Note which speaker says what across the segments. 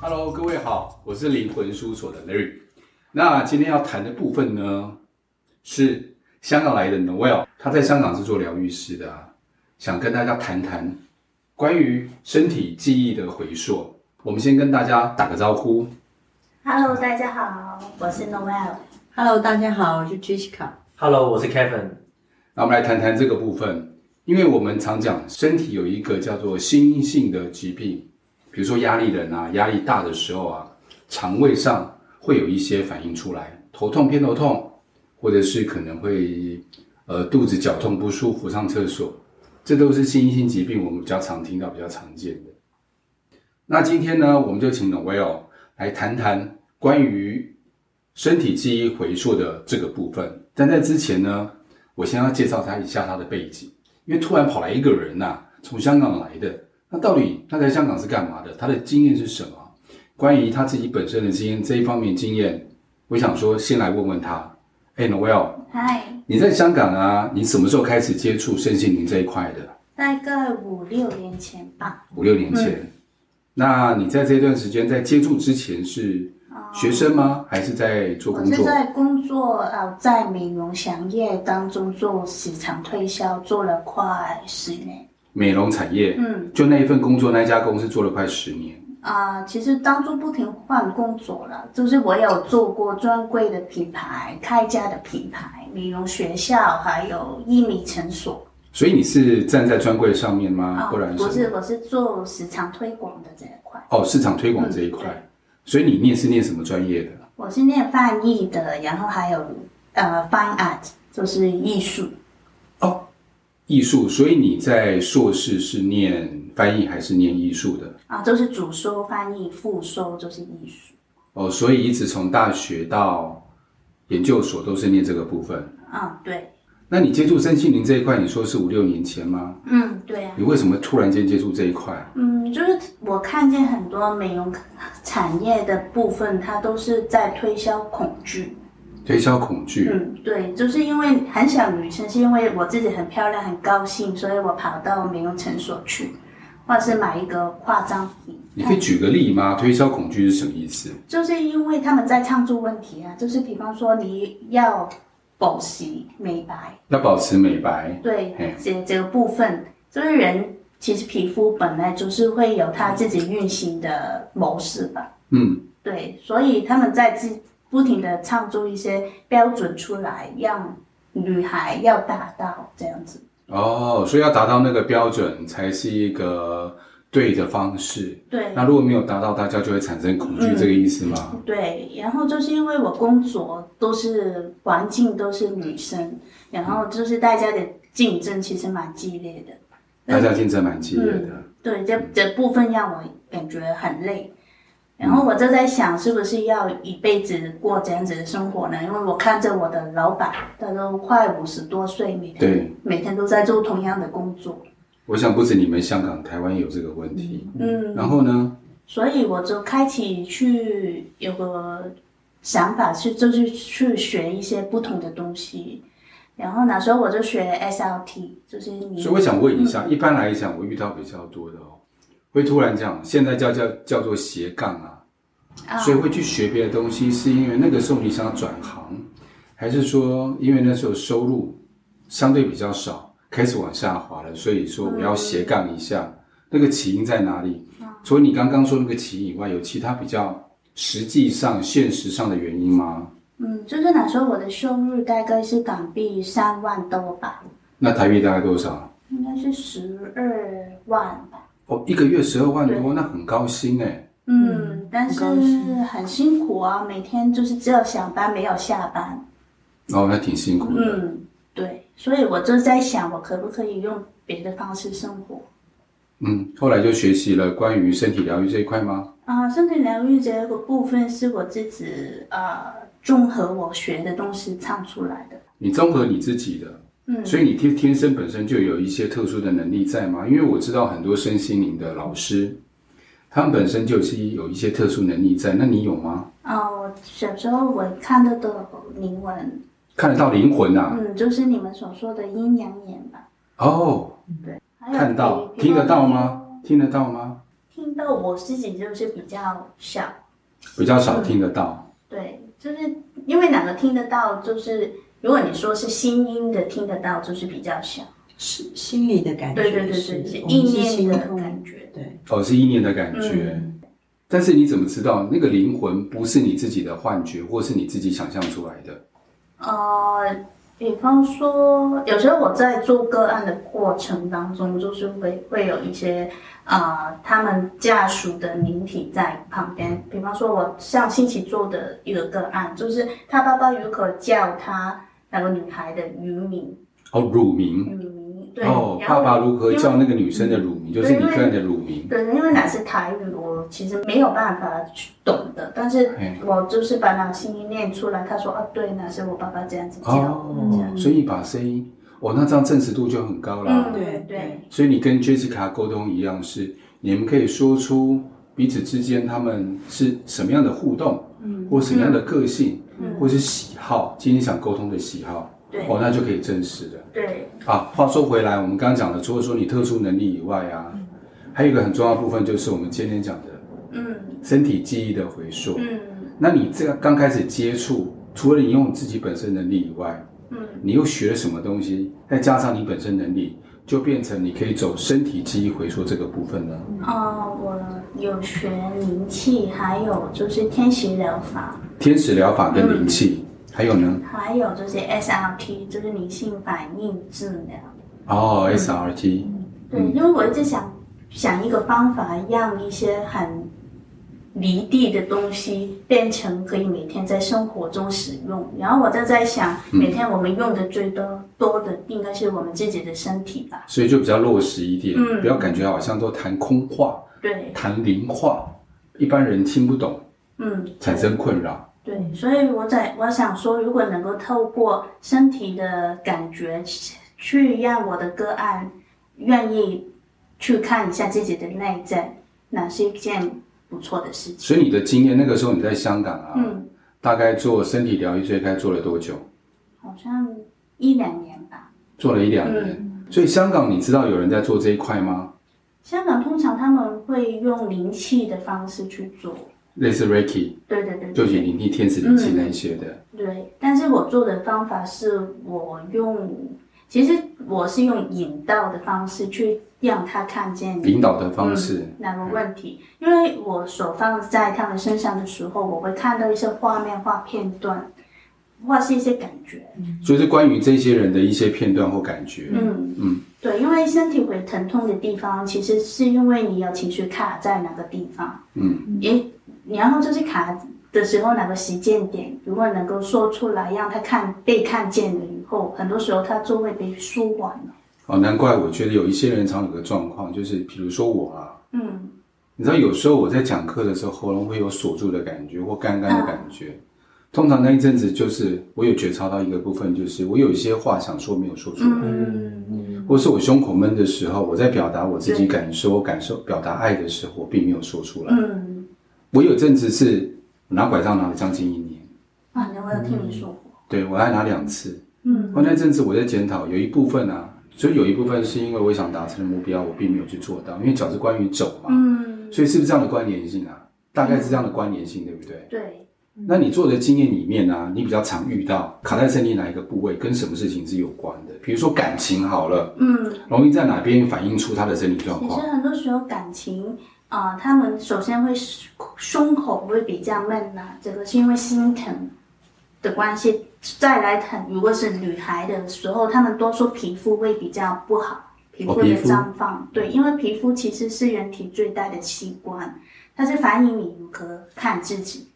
Speaker 1: Hello，各位好，我是灵魂事务所的 Larry。那今天要谈的部分呢，是香港来的 Noel，他在香港是做疗愈师的、啊，想跟大家谈谈关于身体记忆的回溯。我们先跟大家打个招呼。
Speaker 2: Hello，大家好，我是 Noel。
Speaker 3: Hello，大家好，我是 Jessica。
Speaker 4: Hello，我是 Kevin。
Speaker 1: 那我们来谈谈这个部分，因为我们常讲身体有一个叫做心性的疾病，比如说压力人啊，压力大的时候啊，肠胃上会有一些反应出来，头痛、偏头痛，或者是可能会呃肚子绞痛不舒服，上厕所，这都是心性疾病，我们比较常听到、比较常见的。那今天呢，我们就请 Noel 来谈谈关于身体记忆回溯的这个部分。但在之前呢，我先要介绍他一下他的背景，因为突然跑来一个人呐、从香港来的，那到底他在香港是干嘛的？他的经验是什么？关于他自己本身的经验这一方面经验，我想说先来问问他。哎，Noel，
Speaker 2: 嗨，
Speaker 1: 你在香港啊？你什么时候开始接触身心灵这一块的？
Speaker 2: 大概五六年前吧。
Speaker 1: 五六年
Speaker 2: 嗯
Speaker 1: 前。那你在这段时间在接触之前是
Speaker 2: 啊
Speaker 1: 学生吗？还是在做
Speaker 2: 我
Speaker 1: 工
Speaker 2: 是
Speaker 1: 作？
Speaker 2: 在工作呃，在美容行业当中做市场推销，做了快十年。
Speaker 1: 美容产业，
Speaker 2: 嗯
Speaker 1: 就那一份工作，那一家公司做了快十年。
Speaker 2: 啊、其实当中不停换工作了，就是我有做过专柜的品牌、开家的品牌、美容学校，还有医美诊所。
Speaker 1: 所以你是站在专柜上面吗？
Speaker 2: 啊
Speaker 1: 不然
Speaker 2: 不是，我是做市场推广的这一块。
Speaker 1: 哦，市场推广这一块。
Speaker 2: 嗯
Speaker 1: 所以你念是念什么专业的？
Speaker 2: 我是念翻译的，然后还有呃 fine art，就是艺术。
Speaker 1: 艺术。所以你在硕士是念翻译还是念艺术的？
Speaker 2: 啊，就是主修翻译，副修就是艺术。
Speaker 1: 哦，所以一直从大学到研究所都是念这个部分。
Speaker 2: 嗯，对，
Speaker 1: 那你接触身心灵这一块，你说是五六年前吗？
Speaker 2: 嗯，对啊，
Speaker 1: 你为什么突然间接触这一块？
Speaker 2: 嗯，就是我看见很多美容产业的部分，它都是在推销恐惧。
Speaker 1: 推销恐惧，
Speaker 2: 嗯，对，就是因为很想女生，是因为我自己很漂亮，很高兴，所以我跑到美容诊所去，或者是买一个化妆品。
Speaker 1: 你可以举个例吗？推销恐惧是什么意思？
Speaker 2: 就是因为他们在唱出问题啊，就是比方说你要保湿美白，
Speaker 1: 要保持美白，嘿
Speaker 2: 对这这个部分，就是人其实皮肤本来就是会有它自己运行的模式吧，
Speaker 1: 嗯，
Speaker 2: 对，所以他们在自不停的唱出一些标准出来，让女孩要达到这样子，
Speaker 1: 哦，所以要达到那个标准才是一个对的方式。
Speaker 2: 对。
Speaker 1: 那如果没有达到，大家就会产生恐惧，
Speaker 2: 嗯
Speaker 1: 这个意思吗？
Speaker 2: 对，然后就是因为我工作都是环境都是女生，然后就是大家的竞争其实蛮激烈的，
Speaker 1: 大家竞争蛮激烈
Speaker 2: 嗯
Speaker 1: 的，
Speaker 2: 对，这这部分让我感觉很累。然后我就在想，是不是要一辈子过这样子的生活呢？因为我看着我的老板，他都快五十多岁，每天
Speaker 1: 对。
Speaker 2: 每天都在做同样的工作。
Speaker 1: 我想不止你们香港、台湾有这个问题。
Speaker 2: 嗯，
Speaker 1: 然后呢，
Speaker 2: 所以我就开启去有个想法是，就是去学一些不同的东西。然后那时候我就学 SLT，就是你
Speaker 1: 所以我想问一下，
Speaker 2: 嗯
Speaker 1: 一般来讲，我遇到比较多的哦，会突然讲，现在叫叫叫做斜杠啊，
Speaker 2: 啊
Speaker 1: 所以会去学别的东西，是因为那个时候你想转行，还是说因为那时候收入相对比较少，开始往下滑了，所以说我要斜杠一
Speaker 2: 嗯
Speaker 1: 下？那个起因在哪里？除了你刚刚说那个起因以外，有其他比较实际上、现实上的原因吗？
Speaker 2: 嗯，就是那时候我的收入大概是港币三万多吧，
Speaker 1: 那台币大概多少？
Speaker 2: 应该是十二万吧。
Speaker 1: 哦，一个月十二万多，那很高薪哎、
Speaker 2: 嗯，但是
Speaker 3: 很高兴
Speaker 2: 很辛苦啊，每天就是只有上班没有下班。
Speaker 1: 哦，那挺辛苦的。
Speaker 2: 嗯，对，所以我就在想，我可不可以用别的方式生活？
Speaker 1: 嗯，后来就学习了关于身体疗愈这一块吗？
Speaker 2: 啊，身体疗愈这个部分是我自己啊、呃综合我学的东西唱出来的。
Speaker 1: 你综合你自己的，
Speaker 2: 嗯，
Speaker 1: 所以你天天生本身就有一些特殊的能力在吗？因为我知道很多身心灵的老师，他们本身就是有一些特殊能力在，那你有吗？
Speaker 2: 啊、我小时候我看得到灵魂，
Speaker 1: 看得到灵魂啊？
Speaker 2: 嗯，就是你们所说的阴阳眼吧。
Speaker 1: 哦，
Speaker 2: 还有
Speaker 1: 看到嗯
Speaker 2: 比
Speaker 1: 听得到？吗？听得到吗？
Speaker 2: 比听到我自己就是比较小，
Speaker 1: 比较少听得到。
Speaker 2: 对，就是因为哪个听得到，就是如果你说是心音的听得到，就是比较小。
Speaker 3: 是心里的感觉，
Speaker 2: 对对对
Speaker 3: 是
Speaker 2: 对，是
Speaker 3: 我
Speaker 2: 意
Speaker 3: 们是
Speaker 2: 念
Speaker 3: 心
Speaker 2: 的
Speaker 3: 通，
Speaker 2: 感觉。
Speaker 3: 对，
Speaker 1: 哦，是意念的感觉。但是你怎么知道那个灵魂不是你自己的幻觉，或是你自己想象出来的？
Speaker 2: 呃，比方说，有时候我在做个案的过程当中，就是会会有一些呃，他们家属的灵体在旁边。比方说，我上星期做的一个个案，就是他爸爸如何叫他那个女孩的渔民，
Speaker 1: 哦，乳名。
Speaker 2: 渔民对，
Speaker 1: 哦，
Speaker 2: 然
Speaker 1: 爸
Speaker 2: 后
Speaker 1: 爸如何
Speaker 2: 因为
Speaker 1: 叫那个女生的乳名，就是你个人的乳名。
Speaker 2: 对，因为那是台语，我其实没有办法去懂的，但是
Speaker 1: 哎
Speaker 2: 我就是把那声音念出来。他说：“啊，对，那是我爸爸这样子叫。这
Speaker 1: 哦，
Speaker 2: 样
Speaker 1: 所以把声音，哦，那这样证实度就很高啦。
Speaker 2: 嗯，
Speaker 3: 对
Speaker 2: 对
Speaker 3: 对
Speaker 2: 对
Speaker 1: 所以你跟 Jessica 沟通一样是，你们可以说出彼此之间他们是什么样的互动，
Speaker 3: 嗯
Speaker 1: 或什么样的个性，
Speaker 2: 嗯
Speaker 1: 或是喜好，今天想沟通的喜好，
Speaker 2: 对
Speaker 1: 哦，那就可以证实的。
Speaker 2: 对，
Speaker 1: 啊，话说回来，我们刚刚讲的，除了说你特殊能力以外啊，还有一个很重要的部分就是我们今天讲的
Speaker 2: 嗯
Speaker 1: 身体记忆的回溯。
Speaker 2: 嗯
Speaker 1: 那你这个刚开始接触，除了你用你自己本身能力以外，
Speaker 2: 嗯，
Speaker 1: 你又学了什么东西？再加上你本身能力，就变成你可以走身体记忆回溯这个部分了。
Speaker 2: 啊、我有学灵气，还有就是天息疗法，
Speaker 1: 天使疗法跟灵
Speaker 2: 嗯
Speaker 1: 气，还有呢？
Speaker 2: 还有就是 SRT，就是灵性反应治疗。
Speaker 1: 哦，SRT，
Speaker 2: 嗯对，因为我一直想想一个方法，让一些很离地的东西变成可以每天在生活中使用。然后我就在想，每天我们用的最多多的应该是我们自己的身体吧？
Speaker 1: 所以就比较落实一点，
Speaker 2: 嗯
Speaker 1: 不要感觉好像都谈空话、
Speaker 2: 对，
Speaker 1: 谈灵话，一般人听不懂，
Speaker 2: 嗯，
Speaker 1: 产生困扰。
Speaker 2: 对，所以我在我想说，如果能够透过身体的感觉去让我的个案愿意去看一下自己的内在，那是一件不错的事情。
Speaker 1: 所以你的经验，那个时候你在香港啊，
Speaker 2: 嗯。
Speaker 1: 大概做身体疗愈最该做了多久？
Speaker 2: 好像一两年吧。
Speaker 1: 做了一两年。
Speaker 2: 嗯
Speaker 1: 所以香港，你知道有人在做这一块吗？
Speaker 2: 香港通常他们会用灵气的方式去做，
Speaker 1: 类似 Reiki，
Speaker 2: 对对对
Speaker 1: 就
Speaker 2: 对
Speaker 1: 是灵力天使灵气那一些的。
Speaker 2: 对。但是我做的方法是我用，其实我是用引导的方式去让他看嗯见
Speaker 1: 引导的方式。
Speaker 2: 嗯那个问题，因为我手放在他们身上的时候，我会看到一些画面画片段，或是一些感觉。
Speaker 1: 所以是关于这些人的一些片段或感觉。
Speaker 2: 嗯
Speaker 1: 嗯
Speaker 2: 嗯，对，因为身体会疼痛的地方，其实是因为你有情绪卡在哪个地方。
Speaker 1: 嗯，
Speaker 2: 也然后就是卡的时候哪个时间点，如果能够说出来，让他看被看见了以后，很多时候他就会被舒缓了。
Speaker 1: 哦，难怪我觉得有一些人常有个状况，就是比如说我啊，
Speaker 2: 嗯
Speaker 1: 你知道有时候我在讲课的时候，喉咙会有锁住的感觉或干干的感觉。
Speaker 2: 啊
Speaker 1: 通常那一阵子就是我有觉察到一个部分，就是我有一些话想说没有说出来。
Speaker 2: 嗯
Speaker 1: 或是我胸口闷的时候，我在表达我自己感受、感受、表达爱的时候，我并没有说出来。
Speaker 2: 嗯，
Speaker 1: 我有阵子是拿拐杖拿了将近一年，
Speaker 2: 啊，那我有听你说过。
Speaker 1: 对我还拿两次。
Speaker 2: 嗯
Speaker 1: 我那阵子我在检讨，有一部分啊，所以有一部分是因为我想达成的目标，我并没有去做到，因为脚是关于走嘛，
Speaker 2: 嗯，
Speaker 1: 所以是不是这样的关联性啊？大概是这样的关联性，对不对？
Speaker 2: 对，
Speaker 1: 那你做的经验里面啊，你比较常遇到卡在身体哪一个部位，跟什么事情是有关的？比如说感情好了，
Speaker 2: 嗯。
Speaker 1: 容易在哪边反映出他的身体状
Speaker 2: 其
Speaker 1: 况
Speaker 2: 实？很多时候感情啊、呃他们首先会胸胸口会比较闷呐、这个是因为心疼的关系。再来疼，如果是女孩的时候，她们多数皮肤会比较不好，皮肤
Speaker 1: 哦皮
Speaker 2: 的
Speaker 1: 肤
Speaker 2: 绽放。对，因为皮肤其实是人体最大的器官，它是反映你如何看自己。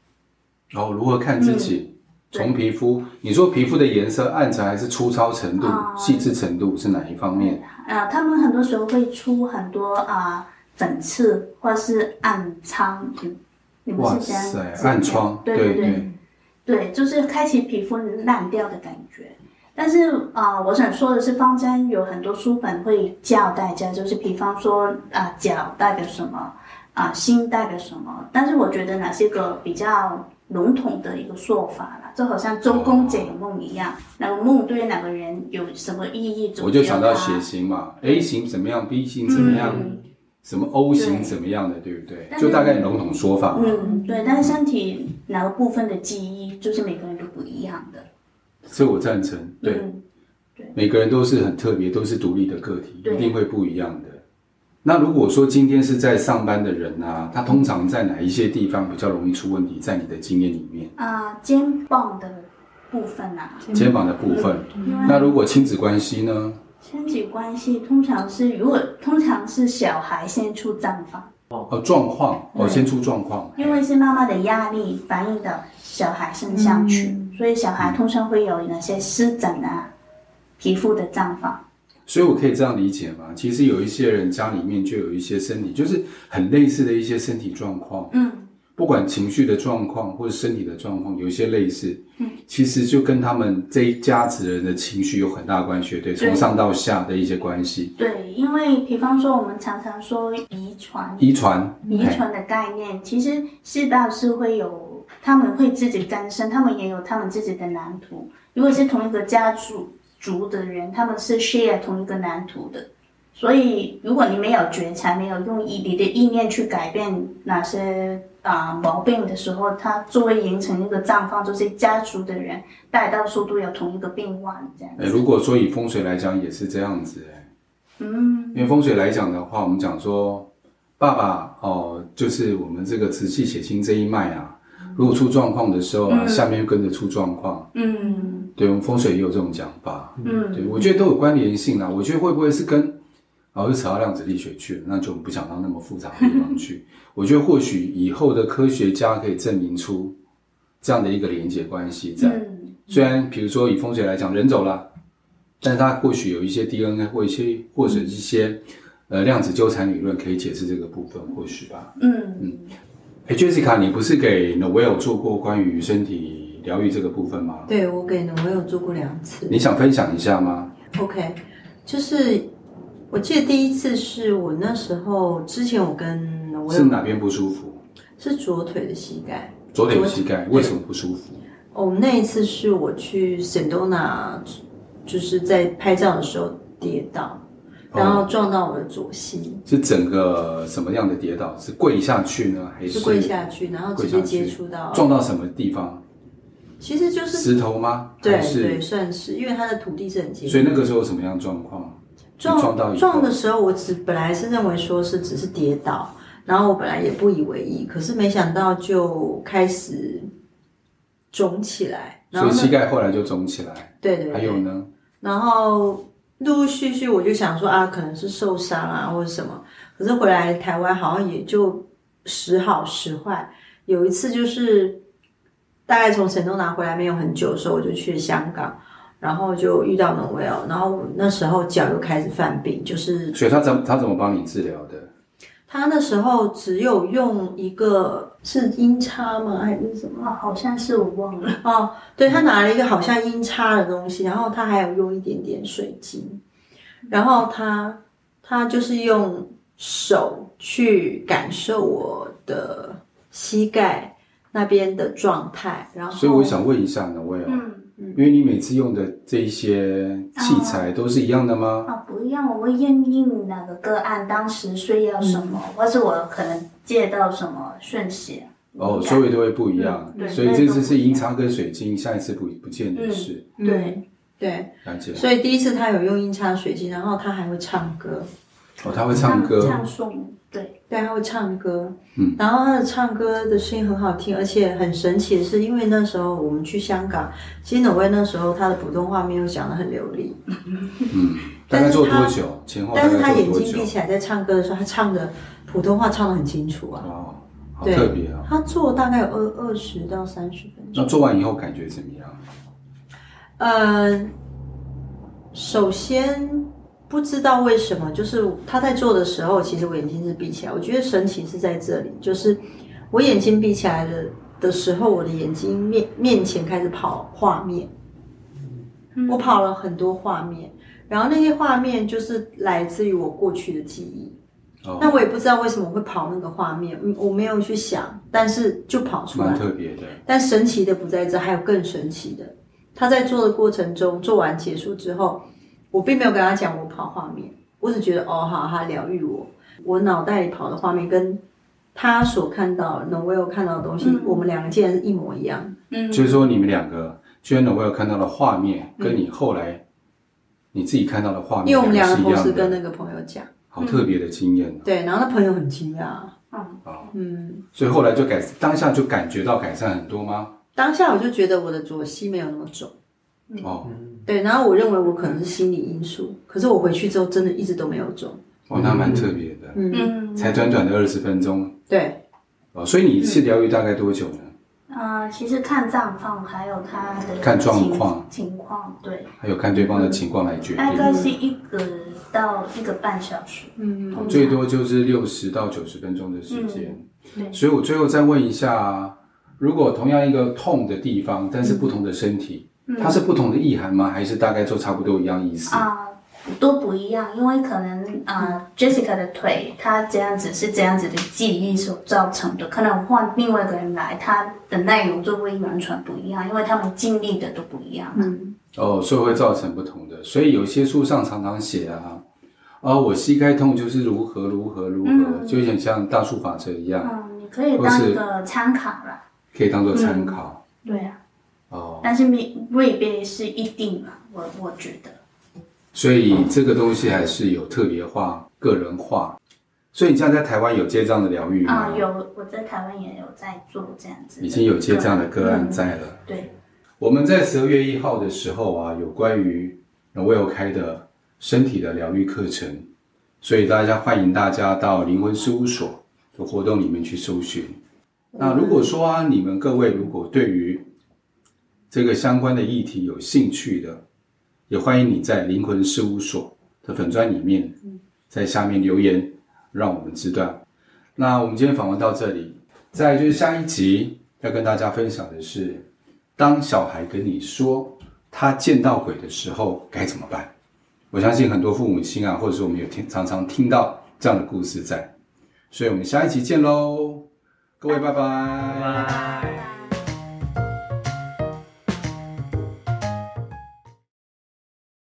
Speaker 1: 然后如何看自
Speaker 2: 嗯
Speaker 1: 己？从皮肤，你说皮肤的颜色暗沉还是粗糙程度、
Speaker 2: 啊
Speaker 1: 细致程度是哪一方面？
Speaker 2: 呃，他们很多时候会出很多啊、呃粉刺或是暗疮。你你们
Speaker 1: 哇
Speaker 2: 是这样
Speaker 1: 塞
Speaker 2: 子，
Speaker 1: 暗疮，
Speaker 2: 对
Speaker 1: 对
Speaker 2: 对对。对，就是开启皮肤烂掉的感觉。但是啊、呃我想说的是，坊间有很多书本会教大家，就是比方说啊、脚代表什么，啊、心代表什么。但是我觉得哪是一个比较笼统的一个说法啦，就好像周公解梦一样，那个梦对哪个人有什么意义？啊
Speaker 1: 我就想到
Speaker 2: 只有
Speaker 1: 血
Speaker 2: 他
Speaker 1: 型嘛，A 型怎么样，B 型怎么样、
Speaker 2: 嗯
Speaker 1: 什么 O 型
Speaker 2: 对
Speaker 1: 怎么样的，对不对？
Speaker 2: 但是
Speaker 1: 就大概笼统说法嘛。
Speaker 2: 嗯，对，但是身体哪个部分的记忆，就是每个人都不一样的。
Speaker 1: 所以我赞成，对，
Speaker 2: 嗯
Speaker 1: 每个人都是很特别，都是独立的个体，
Speaker 2: 对
Speaker 1: 一定会不一样的。那如果说今天是在上班的人啊，他通常在哪一些地方比较容易出问题？在你的经验里面，
Speaker 2: 啊、肩膀的部分啊，
Speaker 1: 肩膀的部分。
Speaker 2: 因
Speaker 1: 那
Speaker 2: 为
Speaker 1: 如果亲子关系呢？
Speaker 2: 亲子关系通常是如果通常是小孩先出绽放，
Speaker 1: 哦，状况，哦，
Speaker 2: 嗯
Speaker 1: 先出状况，
Speaker 2: 因为是妈妈的压力反映到小孩身上去，所以小孩通常会有那些湿疹啊、皮肤的绽放。
Speaker 1: 所以我可以这样理解吗？其实有一些人家里面就有一些身体，就是很类似的一些身体状况，
Speaker 2: 嗯，
Speaker 1: 不管情绪的状况或者身体的状况，有一些类似，
Speaker 2: 嗯，
Speaker 1: 其实就跟他们这一家子人的情绪有很大关系，对，
Speaker 2: 对
Speaker 1: 从上到下的一些关系，
Speaker 2: 对，因为比方说我们常常说遗传，
Speaker 1: 遗传，
Speaker 2: 遗
Speaker 1: 哎，
Speaker 2: 传的概念，其实细胞是会有，他们会自己诞生，他们也有他们自己的蓝图。如果是同一个家族族的人，他们是 share 同一个蓝图的。所以，如果你没有觉察，没有用意你的意念去改变哪些啊、毛病的时候，它就会形成一个绽放，就是家族的人带到处都有同一个病患这样
Speaker 1: 哎，
Speaker 2: 子。
Speaker 1: 如果说以风水来讲也是这样子，哎，
Speaker 2: 嗯，
Speaker 1: 因为风水来讲的话，我们讲说，爸爸哦，就是我们这个直系血亲这一脉啊，如果出状况的时候啊，
Speaker 2: 嗯
Speaker 1: 下面又跟着出状况。
Speaker 2: 嗯
Speaker 1: 对，我们风水也有这种讲法。
Speaker 2: 嗯，
Speaker 1: 对，我觉得都有关联性啦。我觉得会不会是跟，然后又扯到量子力学去了，那就我们不想到那么复杂的地方 去。我觉得或许以后的科学家可以证明出这样的一个连接关系在。
Speaker 2: 嗯，
Speaker 1: 虽然比如说以风水来讲，人走了，但是它或许有一些 DNA 或一些或者一些呃量子纠缠理论可以解释这个部分，或许吧。
Speaker 2: 嗯，
Speaker 1: 哎，Jessica，你不是给 Noel 做过关于身体疗愈这个部分吗？
Speaker 3: 对我给呢，我有做过两次。
Speaker 1: 你想分享一下吗？
Speaker 3: OK，就是我记得第一次是我那时候之前我跟我
Speaker 1: 是
Speaker 3: 有
Speaker 1: 哪边不舒服？
Speaker 3: 是左腿的膝盖。
Speaker 1: 左腿有膝盖为什么不舒服？
Speaker 3: 哦，那一次是我去 Sedona，就是在拍照的时候跌倒，然
Speaker 1: 哦
Speaker 3: 后撞到我的左膝，
Speaker 1: 是整个什么样的跌倒？是跪下去呢，还
Speaker 3: 就是跪下去，然后直接
Speaker 1: 跪下去
Speaker 3: 接触到，
Speaker 1: 撞到什么地方？
Speaker 3: 其实就是
Speaker 1: 石头吗？
Speaker 3: 对
Speaker 1: 还
Speaker 3: 对，
Speaker 1: 是
Speaker 3: 算是，因为它的土地是很接近。
Speaker 1: 所以那个时候有什么样的状况？你撞到以
Speaker 3: 撞
Speaker 1: 后
Speaker 3: 撞的时候，我只本来是认为说是只是跌倒，然后我本来也不以为意，可是没想到就开始肿起来，然
Speaker 1: 所
Speaker 3: 后
Speaker 1: 以
Speaker 3: 呢
Speaker 1: 膝盖后来就肿起来。
Speaker 3: 对对对，
Speaker 1: 还有呢？
Speaker 3: 然后陆陆续续我就想说啊，可能是受伤啊或者什么，可是回来台湾好像也就时好时坏。有一次就是大概从神州拿回来没有很久的时候，我就去香港，然后就遇到 Noel，然后我那时候脚又开始犯病，就是
Speaker 1: 所以他怎他怎么帮你治疗的？
Speaker 3: 他那时候只有用一个是音叉吗？还是什么？
Speaker 2: 哇，好像是我忘了。
Speaker 3: 哦，对他拿了一个好像音叉的东西，然后他还有用一点点水晶，
Speaker 1: 嗯
Speaker 3: 然后他他就是用手去感受我的膝盖那边的状态，然后
Speaker 1: 所以我想问一下呢，威尔，
Speaker 2: 嗯。
Speaker 1: 因为你每次用的这一些器材都是一样的吗？
Speaker 2: 啊，不一样，我会应应哪个个案当时需要什么，
Speaker 3: 嗯
Speaker 2: 或是我可能借到什么讯息。
Speaker 3: 嗯
Speaker 1: 哦，
Speaker 2: 对
Speaker 1: 所以都会不一样
Speaker 2: 嗯。对
Speaker 1: 所以这次
Speaker 2: 那都不
Speaker 1: 是
Speaker 2: 一样
Speaker 1: 银茶跟水晶，下一次不不见得是。
Speaker 3: 对嗯对，
Speaker 1: 了解。
Speaker 3: 所以第一次他有用音叉水晶，然后他还会唱歌。
Speaker 1: 哦，他会唱歌，
Speaker 2: 唱诵，对，
Speaker 3: 对，他会唱歌，嗯，然后他的唱歌的声音很好听，而且很神奇的是，因为那时候我们去香港，其实挪威那时候他的普通话没有讲得很流利，
Speaker 1: 大概做多
Speaker 3: 但
Speaker 1: 久？前后大
Speaker 3: 嗯但是他
Speaker 1: 概做
Speaker 3: 眼
Speaker 1: 多
Speaker 3: 睛
Speaker 1: 久
Speaker 3: 闭？起来在唱歌的时候，他唱的普通话唱得很清楚啊，
Speaker 1: 哦，好
Speaker 3: 对
Speaker 1: 特别啊！
Speaker 3: 他做大概有二二十到三十分
Speaker 1: 那
Speaker 3: 钟，
Speaker 1: 做完以后感觉怎么样？
Speaker 3: 嗯，首先。不知道为什么，就是他在做的时候，其实我眼睛是闭起来。我觉得神奇是在这里，就是我眼睛闭起来的的时候，我的眼睛面面前开始跑画面，
Speaker 2: 嗯
Speaker 3: 我跑了很多画面，然后那些画面就是来自于我过去的记忆。
Speaker 1: 哦
Speaker 3: 那我也不知道为什么会跑那个画面，嗯我没有去想，但是就跑出
Speaker 1: 蛮
Speaker 3: 来。
Speaker 1: 特别的。
Speaker 3: 但神奇的不在这，还有更神奇的。他在做的过程中，做完结束之后，我并没有跟他讲我跑画面，我只觉得哦，好，他疗愈我。我脑袋里跑的画面跟他所看到的 Noel 看到的东西，
Speaker 2: 嗯
Speaker 3: 我们两个竟然是一模一样。
Speaker 2: 嗯，
Speaker 1: 就是说你们两个 j e n n 我有看到的画面，跟你后来你自己看到的画面，
Speaker 3: 嗯因为我们两个
Speaker 1: 是一
Speaker 3: 同
Speaker 1: 样
Speaker 3: 时
Speaker 1: 的，
Speaker 3: 跟那个嗯朋友讲，
Speaker 1: 好特别的经验
Speaker 3: 对，然后那朋友很惊讶，
Speaker 1: 啊、
Speaker 3: 嗯，
Speaker 1: 所以后来就改，当下就感觉到改善很多吗？
Speaker 3: 当下我就觉得我的左膝没有那么肿，
Speaker 1: 哦，
Speaker 3: 对，然后我认为我可能是心理因素，可是我回去之后真的一直都没有肿，
Speaker 1: 哦，那蛮特别的，
Speaker 3: 嗯，
Speaker 2: 嗯，
Speaker 1: 才短短的二十分钟
Speaker 3: 对，嗯
Speaker 1: 哦，所以你一次疗愈大概多久呢？
Speaker 2: 呃，其实看状况，还有他的
Speaker 1: 看状
Speaker 2: 情
Speaker 1: 况
Speaker 2: 情况，对，
Speaker 1: 还有看对方的情况来决
Speaker 2: 大
Speaker 1: 定，
Speaker 2: 概是一个到一个半小时。
Speaker 3: 嗯，
Speaker 1: 哦最多就是六十到九十分钟的时间。
Speaker 2: 嗯对，
Speaker 1: 所以我最后再问一下，如果同样一个痛的地方，但是不同的身体，它是不同的意涵吗？还是大概都差不多一样意思？
Speaker 2: 嗯啊、都不一样，因为可能啊、呃 Jessica 的腿，她这样子是这样子的记忆所造成的，可能换另外一个人来，他的内容就会完全不一样，因为他们经历的都不一样。
Speaker 3: 嗯，
Speaker 1: 哦，所以会造成不同的。所以有些书上常常写啊，啊、我膝盖痛就是如何如何如何，
Speaker 2: 嗯
Speaker 1: 就有点像大数法则一样，
Speaker 2: 嗯，你可以当一个参考啦。
Speaker 1: 可以当做参考。
Speaker 2: 对啊，
Speaker 1: 哦，
Speaker 2: 但是未未必是一定啦，我我觉得。
Speaker 1: 所以这个东西还是有特别化、个人化。所以你现在在台湾有接这样的疗愈吗？
Speaker 2: 啊、有我在台湾也有在做这样子的，
Speaker 1: 嗯已经有接这样的个案在了。
Speaker 2: 对。对，
Speaker 1: 我们在十二月一号的时候啊，有关于 n o e l 开的身体的疗愈课程，所以大家欢迎大家到灵魂事务所的活动里面去搜寻。那如果说啊，你们各位如果对于这个相关的议题有兴趣的，也欢迎你在灵魂事务所的粉砖里面，在下面留言，让我们知道。那我们今天访问到这里，再来就是下一集要跟大家分享的是。当小孩跟你说他见到鬼的时候该怎么办？我相信很多父母亲啊，或者是我们有听常常听到这样的故事在，所以我们下一期见喽，各位拜拜
Speaker 2: 拜拜。